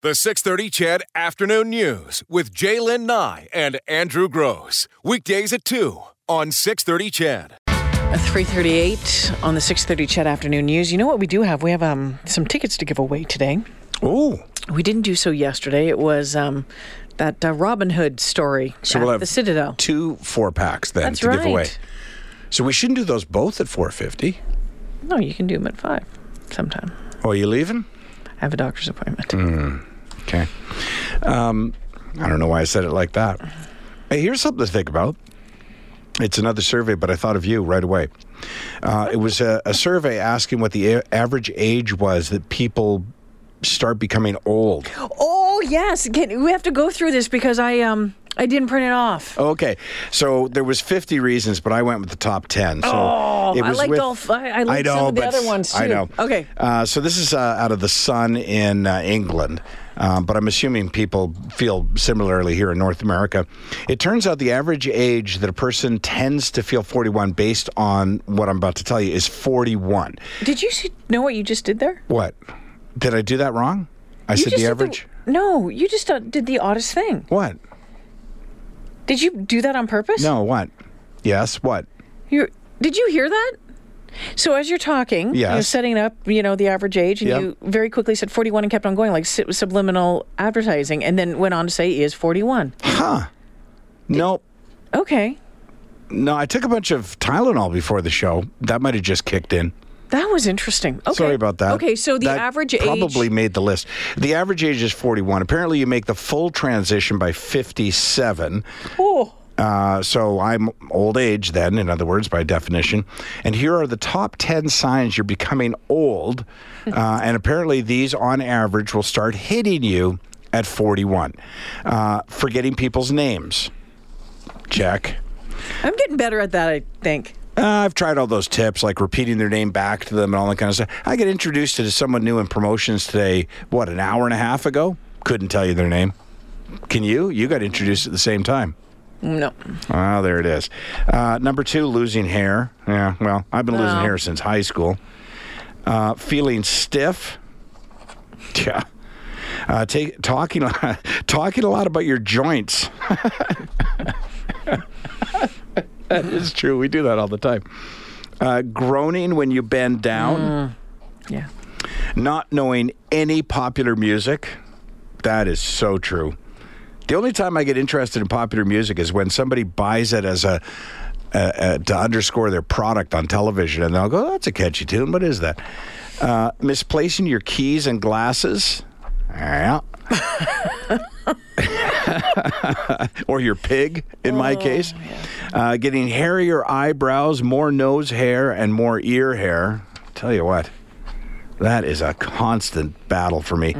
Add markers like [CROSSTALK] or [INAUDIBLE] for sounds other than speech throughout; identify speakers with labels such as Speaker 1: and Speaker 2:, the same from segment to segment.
Speaker 1: The 630 Chad Afternoon News with Jaylen Nye and Andrew Gross. Weekdays at 2 on 630 Chad.
Speaker 2: 3:38 on the 6:30 Chat Afternoon News. You know what we do have? We have um, some tickets to give away today.
Speaker 3: Oh,
Speaker 2: We didn't do so yesterday. It was um, that uh, Robin Hood story
Speaker 3: so
Speaker 2: at
Speaker 3: we'll have
Speaker 2: the Citadel.
Speaker 3: two four packs then
Speaker 2: That's
Speaker 3: to give away.
Speaker 2: right.
Speaker 3: So we shouldn't do those both at four fifty.
Speaker 2: No, you can do them at five sometime.
Speaker 3: Oh, are you leaving?
Speaker 2: I have a doctor's appointment.
Speaker 3: Mm. Okay. Um, I don't know why I said it like that. Hey, here's something to think about. It's another survey, but I thought of you right away. Uh, it was a, a survey asking what the a- average age was that people start becoming
Speaker 2: [GASPS]
Speaker 3: old.
Speaker 2: Oh yes, Can- we have to go through this because I um I didn't print it off.
Speaker 3: Okay, so there was 50 reasons, but I went with the top 10. So
Speaker 2: Oh,
Speaker 3: it
Speaker 2: I
Speaker 3: was
Speaker 2: liked
Speaker 3: with,
Speaker 2: all f- I- I liked some of the
Speaker 3: but
Speaker 2: other ones,
Speaker 3: I
Speaker 2: too.
Speaker 3: know.
Speaker 2: Okay.
Speaker 3: Uh, so this is uh, out of the Sun in uh, England, um, but I'm assuming people feel similarly here in North America. It turns out the average age that a person tends to feel 41, based on what I'm about to tell you, is 41.
Speaker 2: Did you see, know what you just did there?
Speaker 3: What? Did I do that wrong? I
Speaker 2: You
Speaker 3: said
Speaker 2: just
Speaker 3: the
Speaker 2: did
Speaker 3: average.
Speaker 2: no, you just uh, did the oddest thing.
Speaker 3: What?
Speaker 2: Did you do that on purpose?
Speaker 3: No, what? Yes, what?
Speaker 2: You did you hear that? So as you're talking, you're
Speaker 3: Yes.
Speaker 2: setting up, you know, the average age, and
Speaker 3: Yep.
Speaker 2: you very quickly said 41 and kept on going like si- subliminal advertising, and then went on to say is 41.
Speaker 3: Nope.
Speaker 2: Okay,
Speaker 3: No, I took a bunch of Tylenol before the show. That might have just kicked in.
Speaker 2: that was interesting. Okay.
Speaker 3: Sorry about that.
Speaker 2: Okay, so the
Speaker 3: That
Speaker 2: average age.
Speaker 3: probably made the list. The average age is 41. Apparently, you make the full transition by 57.
Speaker 2: Oh,
Speaker 3: Uh, so I'm old age then, in other words, by definition. And here are the top 10 signs you're becoming
Speaker 2: [LAUGHS]
Speaker 3: old. Uh, and apparently, these on average will start hitting you at 41. Uh, forgetting people's names. Check.
Speaker 2: I'm getting better at that. I think.
Speaker 3: Uh, I've tried all those tips, like repeating their name back to them and all that kind of stuff. I got introduced to someone new in promotions today, what, an hour and a half ago? Couldn't tell you their name. Can you? You got introduced at the same time.
Speaker 2: Mm, No.
Speaker 3: Oh, there it is. Uh, number two, losing hair. Yeah, well, I've been losing
Speaker 2: Wow.
Speaker 3: hair since high school. Uh, feeling stiff. [LAUGHS] Yeah. Uh, take, talking, [LAUGHS] talking a lot about your joints. [LAUGHS] that is true. We do that all the time. Uh, groaning when you bend down.
Speaker 2: Yeah.
Speaker 3: Not knowing any popular music. That is so true. The only time I get interested in popular music is when somebody buys it as a, a, a to underscore their product on television, and they'll go, "Oh, "That's a catchy tune. What is that?" Uh, misplacing your keys and glasses, yeah, [LAUGHS] or your pig, in my case. Uh, getting hairier eyebrows, more nose hair, and more ear hair. Tell you what. That is a constant battle for me.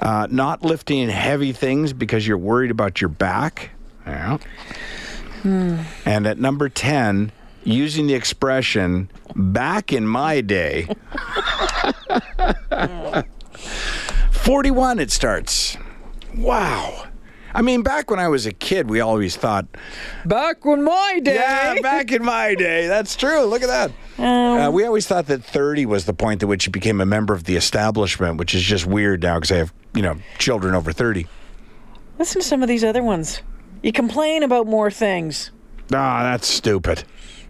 Speaker 3: Uh, not lifting heavy things because you're worried about your back. Yeah. And at number 10, using the expression back in my day. 41 it starts. Wow. I mean, back when I was a kid, we always thought,
Speaker 2: Back when my day.
Speaker 3: yeah, back in my day. That's true. Look at that.
Speaker 2: Um,
Speaker 3: uh, we always thought that 30 was the point at which you became a member of the establishment, which is just weird now because I have, you know, children over 30.
Speaker 2: Listen to some of these other ones. You complain about more things.
Speaker 3: Ah, that's stupid.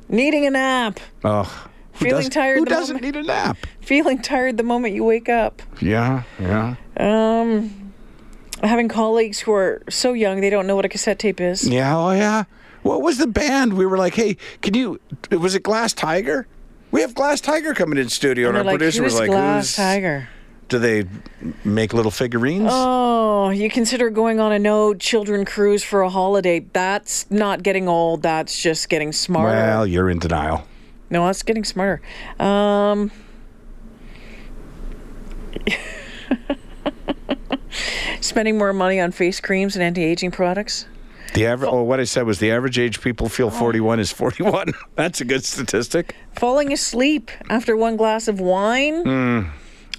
Speaker 2: Needing a nap.
Speaker 3: Oh,
Speaker 2: Feeling tired
Speaker 3: Who
Speaker 2: the
Speaker 3: doesn't
Speaker 2: moment-
Speaker 3: need a nap?
Speaker 2: Feeling tired the moment you wake up.
Speaker 3: Yeah, yeah,
Speaker 2: Um, having colleagues who are so young they don't know what a cassette tape is.
Speaker 3: yeah. Oh, yeah. What was the band? We were like, hey, can you? Was it Glass Tiger? We have Glass Tiger coming in studio, and,
Speaker 2: They're
Speaker 3: our
Speaker 2: like,
Speaker 3: producer was
Speaker 2: "Who's
Speaker 3: like,
Speaker 2: Glass
Speaker 3: who's-
Speaker 2: Tiger?
Speaker 3: Do they make little figurines?
Speaker 2: Oh, you consider going on a no children cruise for a holiday. That's not getting old. That's just getting smarter.
Speaker 3: well, you're in denial.
Speaker 2: no, that's getting smarter. Um, [LAUGHS] spending more money on face creams and anti aging products.
Speaker 3: The average. Oh, what I said was the average age people feel
Speaker 2: Oh.
Speaker 3: 41 is 41. [LAUGHS] That's a good statistic.
Speaker 2: Falling asleep after one glass of wine.
Speaker 3: Hmm.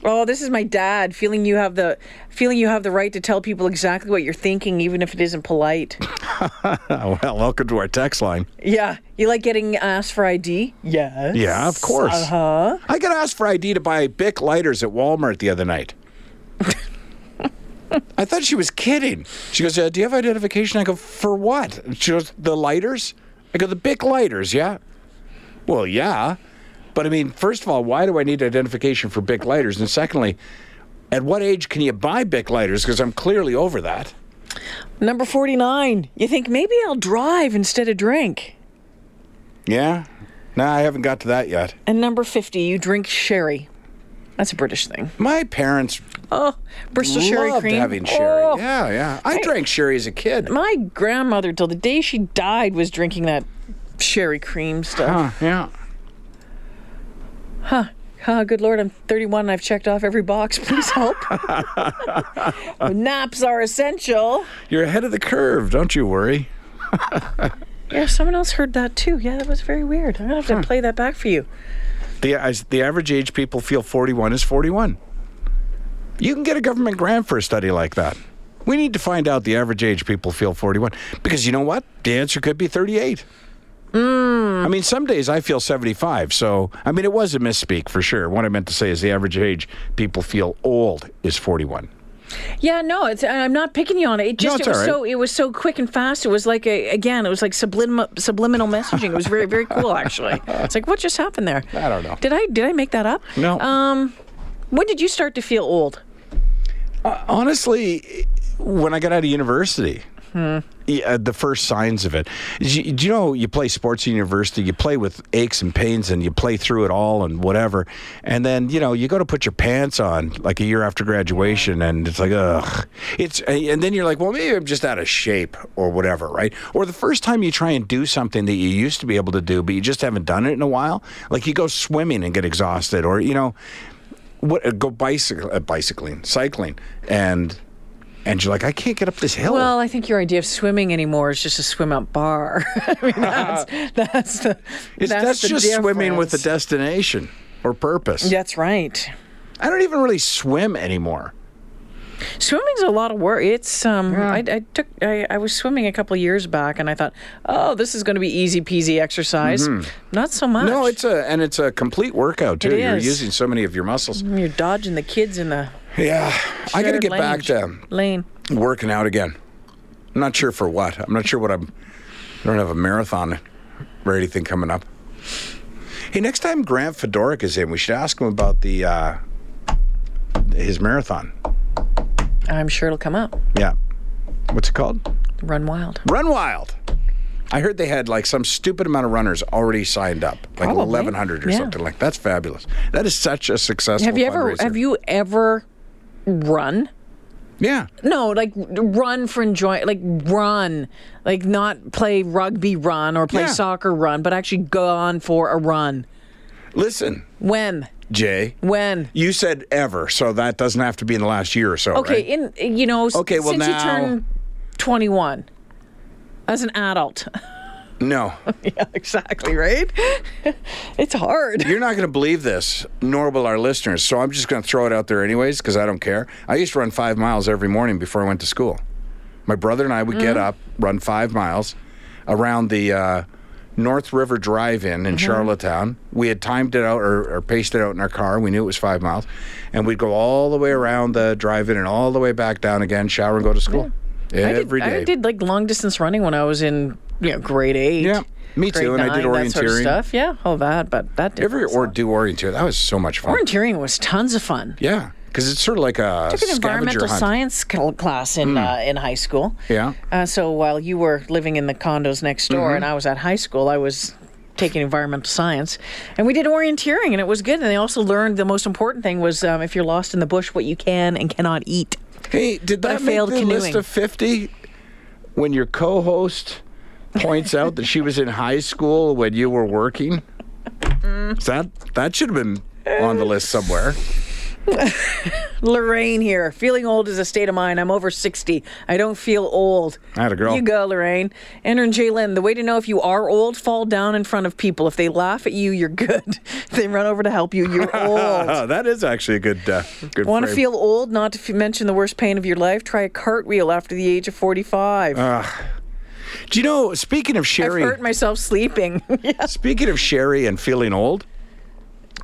Speaker 2: Oh, this is my dad feeling you have the feeling you have the right to tell people exactly what you're thinking, even if it isn't
Speaker 3: [COUGHS]
Speaker 2: polite.
Speaker 3: [LAUGHS] Oh, well, welcome to our text line.
Speaker 2: yeah, you like getting asked for ID? Yes.
Speaker 3: Yeah, of course. Uh-huh. I got asked for ID to buy Bic lighters at Walmart the other night. I thought she was kidding. She goes, uh, "Do you have identification?" I go, "For what?" And she goes, "The lighters." I go, "The big lighters, yeah." Well, yeah, but I mean, first of all, why do I need identification for big lighters? And secondly, at what age can you buy big lighters? Because I'm clearly over that.
Speaker 2: Number 49. You think maybe I'll drive instead of drink.
Speaker 3: Yeah. No, I haven't got to that yet.
Speaker 2: And number 50, you drink sherry. That's a British thing.
Speaker 3: My parents
Speaker 2: Oh, Bristol sherry
Speaker 3: loved
Speaker 2: cream.
Speaker 3: having sherry.
Speaker 2: Oh,
Speaker 3: Yeah, yeah. I drank sherry as a kid.
Speaker 2: My grandmother, till the day she died, was drinking that sherry cream stuff.
Speaker 3: Huh, yeah.
Speaker 2: Ah, good lord, I'm 31 and I've checked off every box. [LAUGHS] Please
Speaker 3: [LAUGHS]
Speaker 2: help. Naps are essential.
Speaker 3: You're ahead of the curve, don't you worry.
Speaker 2: Yeah, someone else heard that too. Yeah, that was very weird. I'm going to have to play that back for you.
Speaker 3: The as the average age people feel 41 is 41. You can get a government grant for a study like that. We need to find out the average age people feel 41 because you know what? The answer could be 38.
Speaker 2: Hmm.
Speaker 3: I mean, some days I feel 75. So, I mean, it was a misspeak for sure. What I meant to say is the average age people feel old is 41.
Speaker 2: Yeah, no, it's I'm not picking you on it. It just
Speaker 3: it's
Speaker 2: it was
Speaker 3: all right.
Speaker 2: so it was so quick and fast. It was like a again, it was like subliminal subliminal messaging. It was very very cool actually. It's like what just happened there?
Speaker 3: I don't know.
Speaker 2: Did I did I make that up?
Speaker 3: No.
Speaker 2: Um when did you start to feel old?
Speaker 3: Honestly, when I got out of university, yeah, uh, the first signs of it. Do you, do you know you play sports in university? You play with aches and pains, and you play through it all, and whatever. And then you know you go to put your pants on like a year after graduation, and it's like ugh. It's uh, and then you're like, well, maybe I'm just out of shape or whatever, right? Or the first time you try and do something that you used to be able to do, but you just haven't done it in a while. Like you go swimming and get exhausted, or you know, what uh, go bicycle uh, bicycling cycling and and you're like i can't get up this hill
Speaker 2: Well, I think your idea of swimming anymore is just a swim up bar. [LAUGHS] I mean,
Speaker 3: [LAUGHS]
Speaker 2: that's that's the
Speaker 3: it's, that's,
Speaker 2: the
Speaker 3: just swimming with a
Speaker 2: difference.
Speaker 3: destination or purpose
Speaker 2: That's right.
Speaker 3: i don't even really swim anymore
Speaker 2: Swimming's a lot of work. It's um, I, I took I, I was swimming a couple years back, and I thought, oh, this is going to be easy peasy exercise. Not so much.
Speaker 3: Mm-hmm. no it's a and it's a complete workout too
Speaker 2: It
Speaker 3: you're
Speaker 2: is.
Speaker 3: using so many of your muscles
Speaker 2: you're dodging the kids in the.
Speaker 3: yeah i gotta
Speaker 2: shared
Speaker 3: get
Speaker 2: lane.
Speaker 3: back to
Speaker 2: lane.
Speaker 3: working out again i'm not sure for what i'm not sure what i'm i don't have a marathon or anything coming up hey next time grant fedoric is in we should ask him about the uh his marathon
Speaker 2: I'm sure it'll come up.
Speaker 3: Yeah. What's it called?
Speaker 2: Run wild.
Speaker 3: Run Wild. I heard they had like some stupid amount of runners already signed up, like
Speaker 2: Probably.
Speaker 3: 1,100 or
Speaker 2: Yeah.
Speaker 3: something like. That's fabulous. That is such a successful.
Speaker 2: Have you ever?
Speaker 3: fundraiser.
Speaker 2: Have you ever run?
Speaker 3: Yeah.
Speaker 2: No, like run for enjoy. Like run, like not play rugby run or play
Speaker 3: Yeah.
Speaker 2: soccer run, but actually go on for a run.
Speaker 3: Listen,
Speaker 2: When?
Speaker 3: Jay,
Speaker 2: When?
Speaker 3: you said ever, so that doesn't have to be in the last year or so. right?
Speaker 2: Okay, in you know, s-
Speaker 3: Okay, well,
Speaker 2: since
Speaker 3: now-
Speaker 2: you turned 21 as an adult. [LAUGHS]
Speaker 3: No,
Speaker 2: yeah, exactly, right? [LAUGHS] it's hard.
Speaker 3: you're not going to believe this, nor will our listeners. So I'm just going to throw it out there anyways, because I don't care. I used to run five miles every morning before I went to school. My brother and I would
Speaker 2: Mm-hmm.
Speaker 3: get up, run five miles around the uh, North River Drive In
Speaker 2: Mm-hmm.
Speaker 3: in Charlottetown. We had timed it out or, or paced it out in our car. We knew it was five miles. And we'd go all the way around the drive in and all the way back down again, shower and go to school
Speaker 2: I did,
Speaker 3: every day.
Speaker 2: I did like long distance running when I was in you know, grade 8.
Speaker 3: Yeah, me
Speaker 2: grade
Speaker 3: too. And I did
Speaker 2: nine, that sort of
Speaker 3: orienteering.
Speaker 2: stuff. Yeah, all that, but that did
Speaker 3: Every or do orienteering. That was so much fun.
Speaker 2: orienteering was tons of fun.
Speaker 3: Yeah, because it's sort of like a
Speaker 2: took an
Speaker 3: scavenger
Speaker 2: environmental
Speaker 3: hunt. Hmm.
Speaker 2: science cl- class in uh, in high school.
Speaker 3: Yeah. Mm-hmm.
Speaker 2: Uh, so while you were living in the condos next door and I was at high school, I was taking environmental science, and we did orienteering, and it was good. And they also learned the most important thing was um, if you're lost in the bush, what you can and cannot eat.
Speaker 3: Hey, did
Speaker 2: I
Speaker 3: that make
Speaker 2: failed
Speaker 3: the list
Speaker 2: canoeing.
Speaker 3: of 50 when your co-host points out that she was in high school when you were working?
Speaker 2: Mm.
Speaker 3: Is That that should have been on the list somewhere.
Speaker 2: Lorraine here. Feeling old is a state of mind. I'm over 60. I don't feel old.
Speaker 3: Atta girl.
Speaker 2: You go, Lorraine. Enter and Jalen. The way to know if you are old, fall down in front of people. If they laugh at you, you're good. [LAUGHS] if they run over to help you,
Speaker 3: [LAUGHS]
Speaker 2: you're old.
Speaker 3: Oh, that is actually a good uh, good
Speaker 2: Want to
Speaker 3: frame.
Speaker 2: feel old? Not to f- mention the worst pain of your life. Try a cartwheel after the age of forty-five.
Speaker 3: Uh, Do you know speaking of
Speaker 2: I've [LAUGHS]
Speaker 3: Sherry [LAUGHS]
Speaker 2: hurt myself sleeping. yeah.
Speaker 3: speaking of Sherry and feeling old?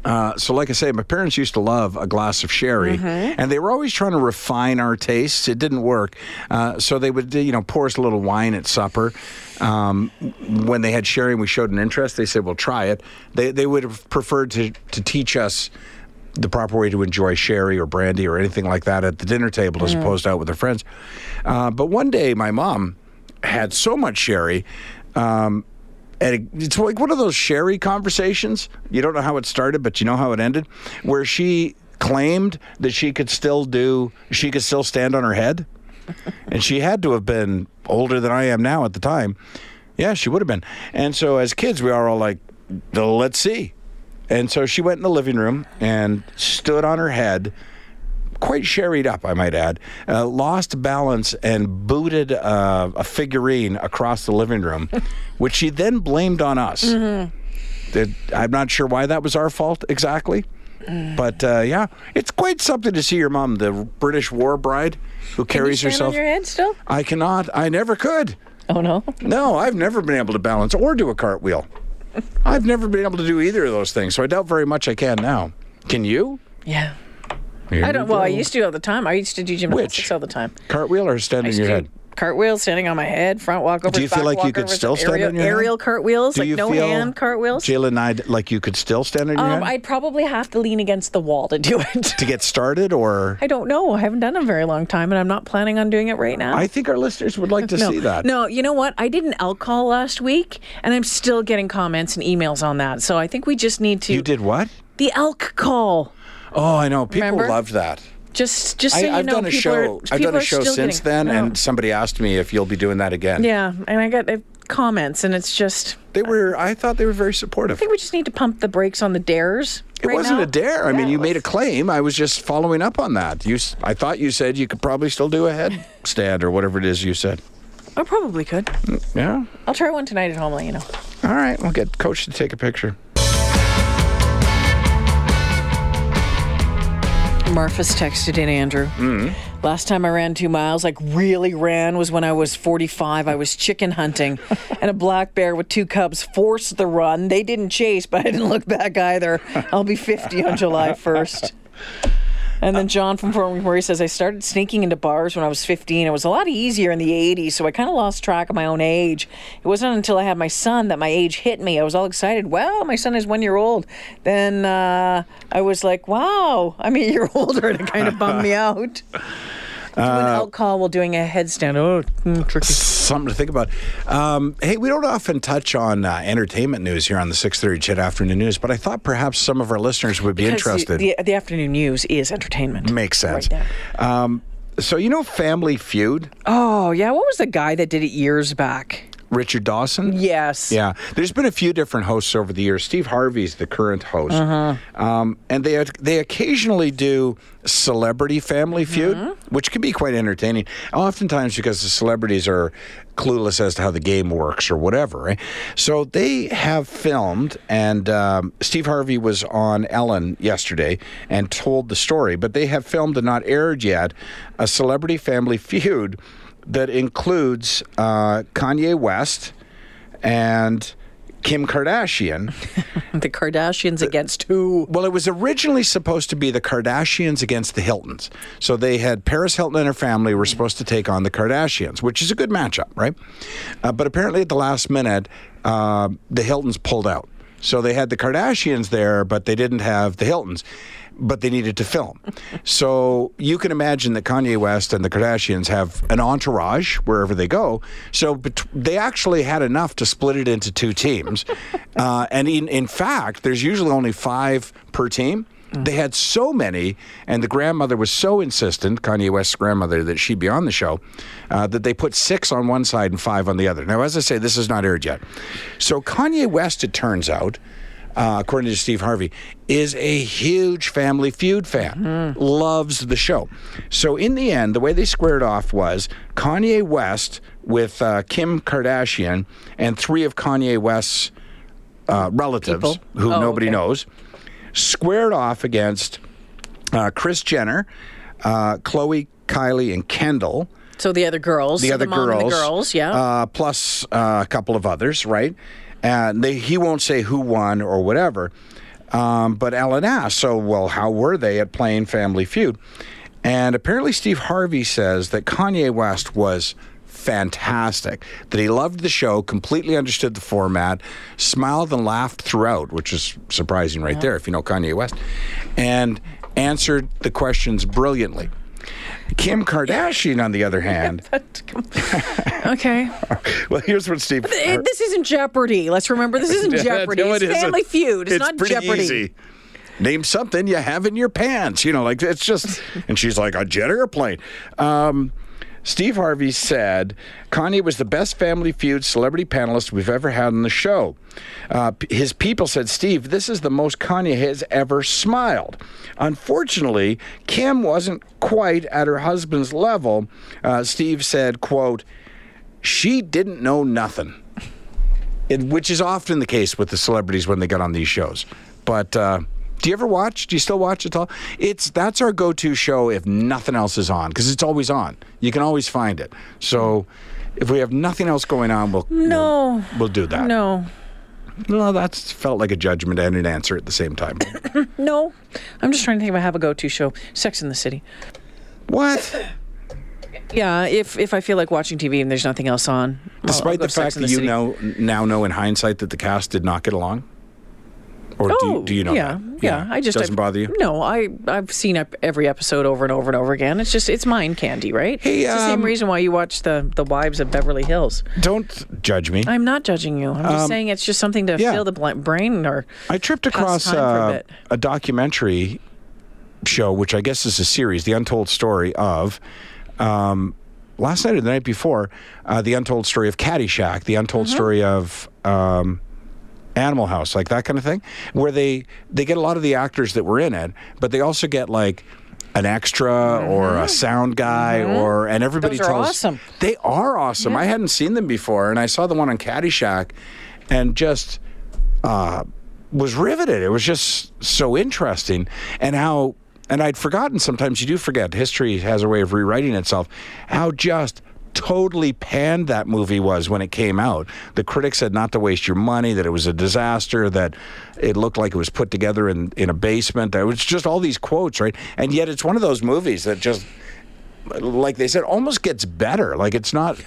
Speaker 3: Uh, so, like I say, my parents used to love a glass of sherry, and they were always trying to refine our tastes. It didn't work, uh, so they would, you know, pour us a little wine at supper. Um, when they had sherry and we showed an interest, they said, "Well, try it." They they would have preferred to to teach us the proper way to enjoy sherry or brandy or anything like that at the dinner table as opposed to out with their friends. Uh, but one day, my mom had so much sherry. Um, and it, it's like one of those sherry conversations. You don't know how it started, but you know how it ended, where she claimed that she could still do, she could still stand on her head. and she had to have been older than I am now at the time. Yeah, she would have been. And so as kids, we are all like, let's see. And so she went in the living room and stood on her head quite sherried up, I might add, uh, lost balance and booted uh, a figurine across the
Speaker 2: [LAUGHS]
Speaker 3: living room, which she then blamed on us.
Speaker 2: Mm-hmm.
Speaker 3: That- I'm not sure why that was our fault exactly.
Speaker 2: Mm.
Speaker 3: But uh, yeah, it's quite something to see your mom, the British war bride who carries
Speaker 2: Stand
Speaker 3: herself.
Speaker 2: on your head still?
Speaker 3: I cannot, I never could.
Speaker 2: Oh no.
Speaker 3: No, I've never been able to balance or do a cartwheel.
Speaker 2: [LAUGHS]
Speaker 3: I've never been able to do either of those things, so I doubt very much I can now. Can you?
Speaker 2: Yeah.
Speaker 3: Here
Speaker 2: I
Speaker 3: you
Speaker 2: don't. Well, I
Speaker 3: go.
Speaker 2: used to all the time. I used to do gymnastics
Speaker 3: Which?
Speaker 2: all the time.
Speaker 3: cartwheel or standing
Speaker 2: used
Speaker 3: your
Speaker 2: to
Speaker 3: head.
Speaker 2: do Cartwheels, standing on my head, front walkovers.
Speaker 3: Do you feel
Speaker 2: back
Speaker 3: like you could
Speaker 2: walkovers,
Speaker 3: still stand
Speaker 2: aerial,
Speaker 3: on your head?
Speaker 2: aerial cartwheels,
Speaker 3: Do
Speaker 2: like
Speaker 3: you
Speaker 2: no
Speaker 3: feel,
Speaker 2: hand cartwheels?
Speaker 3: Jill and I, like you could still stand on your
Speaker 2: um,
Speaker 3: head
Speaker 2: I'd probably have to lean against the wall to do it.
Speaker 3: to get started, or
Speaker 2: [LAUGHS] I don't know. I haven't done it in a very long time, and I'm not planning on doing it right now.
Speaker 3: I think our listeners would like to
Speaker 2: no,
Speaker 3: see that.
Speaker 2: no, you know what? I did an alcohol last week, and I'm still getting comments and emails on that. So I think we just need to
Speaker 3: you did what?
Speaker 2: the elk call.
Speaker 3: Oh, I know. People
Speaker 2: Remember?
Speaker 3: loved that.
Speaker 2: Just, just so you
Speaker 3: I, I've
Speaker 2: know,
Speaker 3: done a
Speaker 2: people
Speaker 3: show.
Speaker 2: are.
Speaker 3: I've
Speaker 2: people
Speaker 3: done a
Speaker 2: are
Speaker 3: show
Speaker 2: still
Speaker 3: since
Speaker 2: getting-
Speaker 3: then,
Speaker 2: no.
Speaker 3: and somebody asked me if you'll be doing that again.
Speaker 2: yeah, and I got uh, comments, and it's just.
Speaker 3: They were. I thought they were very supportive.
Speaker 2: I think we just need to pump the brakes on the dares.
Speaker 3: It
Speaker 2: right
Speaker 3: wasn't
Speaker 2: now.
Speaker 3: a dare. I mean,
Speaker 2: Yeah,
Speaker 3: you
Speaker 2: it
Speaker 3: made a
Speaker 2: was-
Speaker 3: claim. I was just following up on that. You, s- I thought you said you could probably still do a headstand or whatever it is you said.
Speaker 2: I probably could.
Speaker 3: Yeah.
Speaker 2: I'll try one tonight at home, let you know.
Speaker 3: All right. We'll get coach to take a picture.
Speaker 2: Marfa's texted in, Andrew. Last time I ran two miles, like really ran, was when I was 45. I was chicken hunting, and a black bear with two cubs forced the run. They didn't chase, but I didn't look back either. I'll be 50 on July 1st. And
Speaker 3: Uh,
Speaker 2: then John from Fort McMurray says, I started sneaking into bars when I was 15. It was a lot easier in the 80s, so I kind of lost track of my own age. It wasn't until I had my son that my age hit me. I was all excited. Wow, my son is one year old. Then uh, I was like, wow, I'm a year [LAUGHS] older, and it kind of bummed me
Speaker 3: [LAUGHS]
Speaker 2: out. Do an
Speaker 3: Uh,
Speaker 2: out call while doing a headstand. Oh, mm, tricky.
Speaker 3: something to think about. Um, hey, we don't often touch on uh, entertainment news here on the 6:30 Chet Afternoon News, but I thought perhaps some of our listeners would be
Speaker 2: Because
Speaker 3: interested. Mm.
Speaker 2: The, the, the afternoon news is entertainment.
Speaker 3: Makes sense.
Speaker 2: there.
Speaker 3: um, so you know Family Feud,
Speaker 2: Oh, yeah. What was the guy that did it years back?
Speaker 3: Richard Dawson.
Speaker 2: Yes.
Speaker 3: Yeah, there's been a few different hosts over the years. Steve Harvey's the current host, um, and they they occasionally do Celebrity Family Feud, which can be quite entertaining. Oftentimes, because the celebrities are clueless as to how the game works or whatever. Right? So they have filmed, and um, Steve Harvey was on Ellen yesterday and told the story, but they have filmed and not aired yet a Celebrity Family [LAUGHS] Feud. That includes uh, Kanye West, and Kim Kardashian.
Speaker 2: The Kardashians against who?
Speaker 3: Well, it was originally supposed to be the Kardashians against the Hiltons. So they had Paris Hilton and her family were supposed to take on the Kardashians, which is a good matchup, right? Uh, but apparently at the last minute, uh, the Hiltons pulled out. So they had the Kardashians there, but they didn't have the Hiltons. But they needed to film. so you can imagine that Kanye West and the Kardashians have an entourage wherever they go. So bet- they actually had enough to split it into two teams. [LAUGHS] uh, and in, in fact, there's usually only five per team. They had so many, and the grandmother was so insistent, Kanye West's grandmother, that she be on the show, uh, that they put six on one side and five on the other. Now, as I say, this is not aired yet. So, Kanye West, it turns out, uh, according to Steve Harvey, is a huge Family Feud fan, loves the show. So, in the end, the way they squared off was Kanye West with uh, Kim Kardashian and three of Kanye West's uh, relatives
Speaker 2: People.
Speaker 3: who
Speaker 2: Oh,
Speaker 3: nobody
Speaker 2: okay.
Speaker 3: knows squared off against uh, Chris Jenner, uh, Chloe, Kylie, and Kendall.
Speaker 2: So the other girls.
Speaker 3: The
Speaker 2: so
Speaker 3: other
Speaker 2: the mom
Speaker 3: girls,
Speaker 2: And the girls, yeah.
Speaker 3: uh, plus uh, a couple of others, right? And they, he won't say who won or whatever. Um, but Ellen asked, so, well, how were they at playing Family Feud? And apparently, Steve Harvey says that Kanye West was fantastic, that he loved the show, completely understood the format, smiled and laughed throughout, which is surprising right there if you know Kanye West, and answered the questions brilliantly. Kim Kardashian, on the other hand,
Speaker 2: okay.
Speaker 3: [LAUGHS] well, here's what Steve.
Speaker 2: It- this isn't Jeopardy. Let's remember this isn't
Speaker 3: [LAUGHS] Yeah,
Speaker 2: Jeopardy.
Speaker 3: no,
Speaker 2: it's
Speaker 3: it isn't.
Speaker 2: Family Feud. It's, not
Speaker 3: pretty
Speaker 2: Jeopardy.
Speaker 3: easy. Name something you have in your pants. You know, like
Speaker 2: [LAUGHS]
Speaker 3: it's just. and she's like a jet airplane. Um, Steve Harvey said Kanye was the best Family Feud celebrity panelist we've ever had on the show. Uh, p- his people said, Steve, this is the most Kanye has ever smiled. Unfortunately, Kim wasn't quite at her husband's level. Uh, Steve said, quote, she didn't know nothing, it, which is often the case with the celebrities when they get on these shows. But uh, do you ever watch? Do you still watch it all? It's that's our go-to show if nothing else is on because it's always on. You can always find it. So if we have nothing else going on, we'll
Speaker 2: No.
Speaker 3: we'll, we'll do that.
Speaker 2: No.
Speaker 3: no, that's felt like a judgment and an answer at the
Speaker 2: [COUGHS]
Speaker 3: same time.
Speaker 2: No. I'm just trying to think if I have a go-to show. Sex in the City.
Speaker 3: what?
Speaker 2: Yeah, if if I feel like watching TV and there's nothing else on. I'll- I'll
Speaker 3: Despite
Speaker 2: go
Speaker 3: the
Speaker 2: Sex
Speaker 3: fact
Speaker 2: in
Speaker 3: that you
Speaker 2: City.
Speaker 3: know now know in hindsight that the cast did not get along, or do, you- do you know?
Speaker 2: Oh, yeah,
Speaker 3: that?
Speaker 2: Yeah, I just
Speaker 3: doesn't
Speaker 2: I've-
Speaker 3: bother you.
Speaker 2: No, I I've seen up every episode over and over and over again. It's just it's mind candy, right?
Speaker 3: Hey,
Speaker 2: it's the same
Speaker 3: um,
Speaker 2: reason why you watch the the Wives of Beverly Hills.
Speaker 3: Don't judge me.
Speaker 2: I'm not judging you. I'm just
Speaker 3: Um,
Speaker 2: saying it's just something to
Speaker 3: yeah.
Speaker 2: fill the blank brain or
Speaker 3: I tripped
Speaker 2: pass
Speaker 3: across
Speaker 2: time for a
Speaker 3: uh,
Speaker 2: bit.
Speaker 3: a, documentary show, which I guess is a series, The Untold Story of. Um, last night or the night before, uh, The Untold Story of Caddyshack, The
Speaker 2: Mm-hmm.
Speaker 3: Untold Story of. Um, Animal House, like that kind of thing, where they they get a lot of the actors that were in it, but they also get like an extra or a sound guy or and everybody
Speaker 2: Mm-hmm. Those are
Speaker 3: tells
Speaker 2: awesome.
Speaker 3: they are awesome. I hadn't seen them before, and I saw the one on Caddyshack, and just uh, was riveted. It was just so interesting, and how and I'd forgotten. Sometimes you do forget. History has a way of rewriting itself. How just totally panned that movie was when it came out. The critics said not to waste your money, that it was a disaster, that it looked like it was put together in in a basement. That it was just all these quotes, right? And yet it's one of those movies that just like they said, almost gets better. Like it's not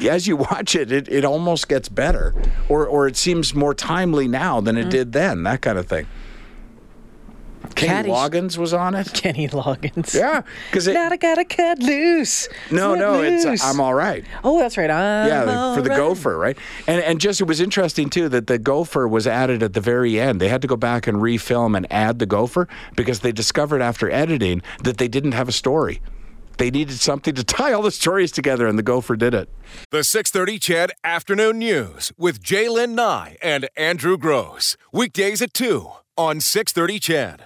Speaker 3: as you watch it, it, it almost gets better, or or it seems more timely now than it did then. That kind of thing. Kenny
Speaker 2: Caddies-
Speaker 3: Loggins was
Speaker 2: [LAUGHS]
Speaker 3: on
Speaker 2: [LAUGHS]
Speaker 3: it.
Speaker 2: Kenny Loggins.
Speaker 3: Yeah, because
Speaker 2: Now I gotta cut loose.
Speaker 3: no,
Speaker 2: Let
Speaker 3: no,
Speaker 2: loose.
Speaker 3: it's uh, I'm all right.
Speaker 2: Oh, that's right. I'm
Speaker 3: Yeah, the- for the
Speaker 2: alright.
Speaker 3: gopher, right? And and just it was interesting too that the gopher was added at the very end. They had to go back and refilm and add the gopher because they discovered after editing that they didn't have a story. They needed something to [LAUGHS] tie all the stories together, and the gopher did it.
Speaker 1: The 630 Chad Afternoon News with Jaylen Nye and Andrew Gross. Weekdays at 2 on 630 Chad.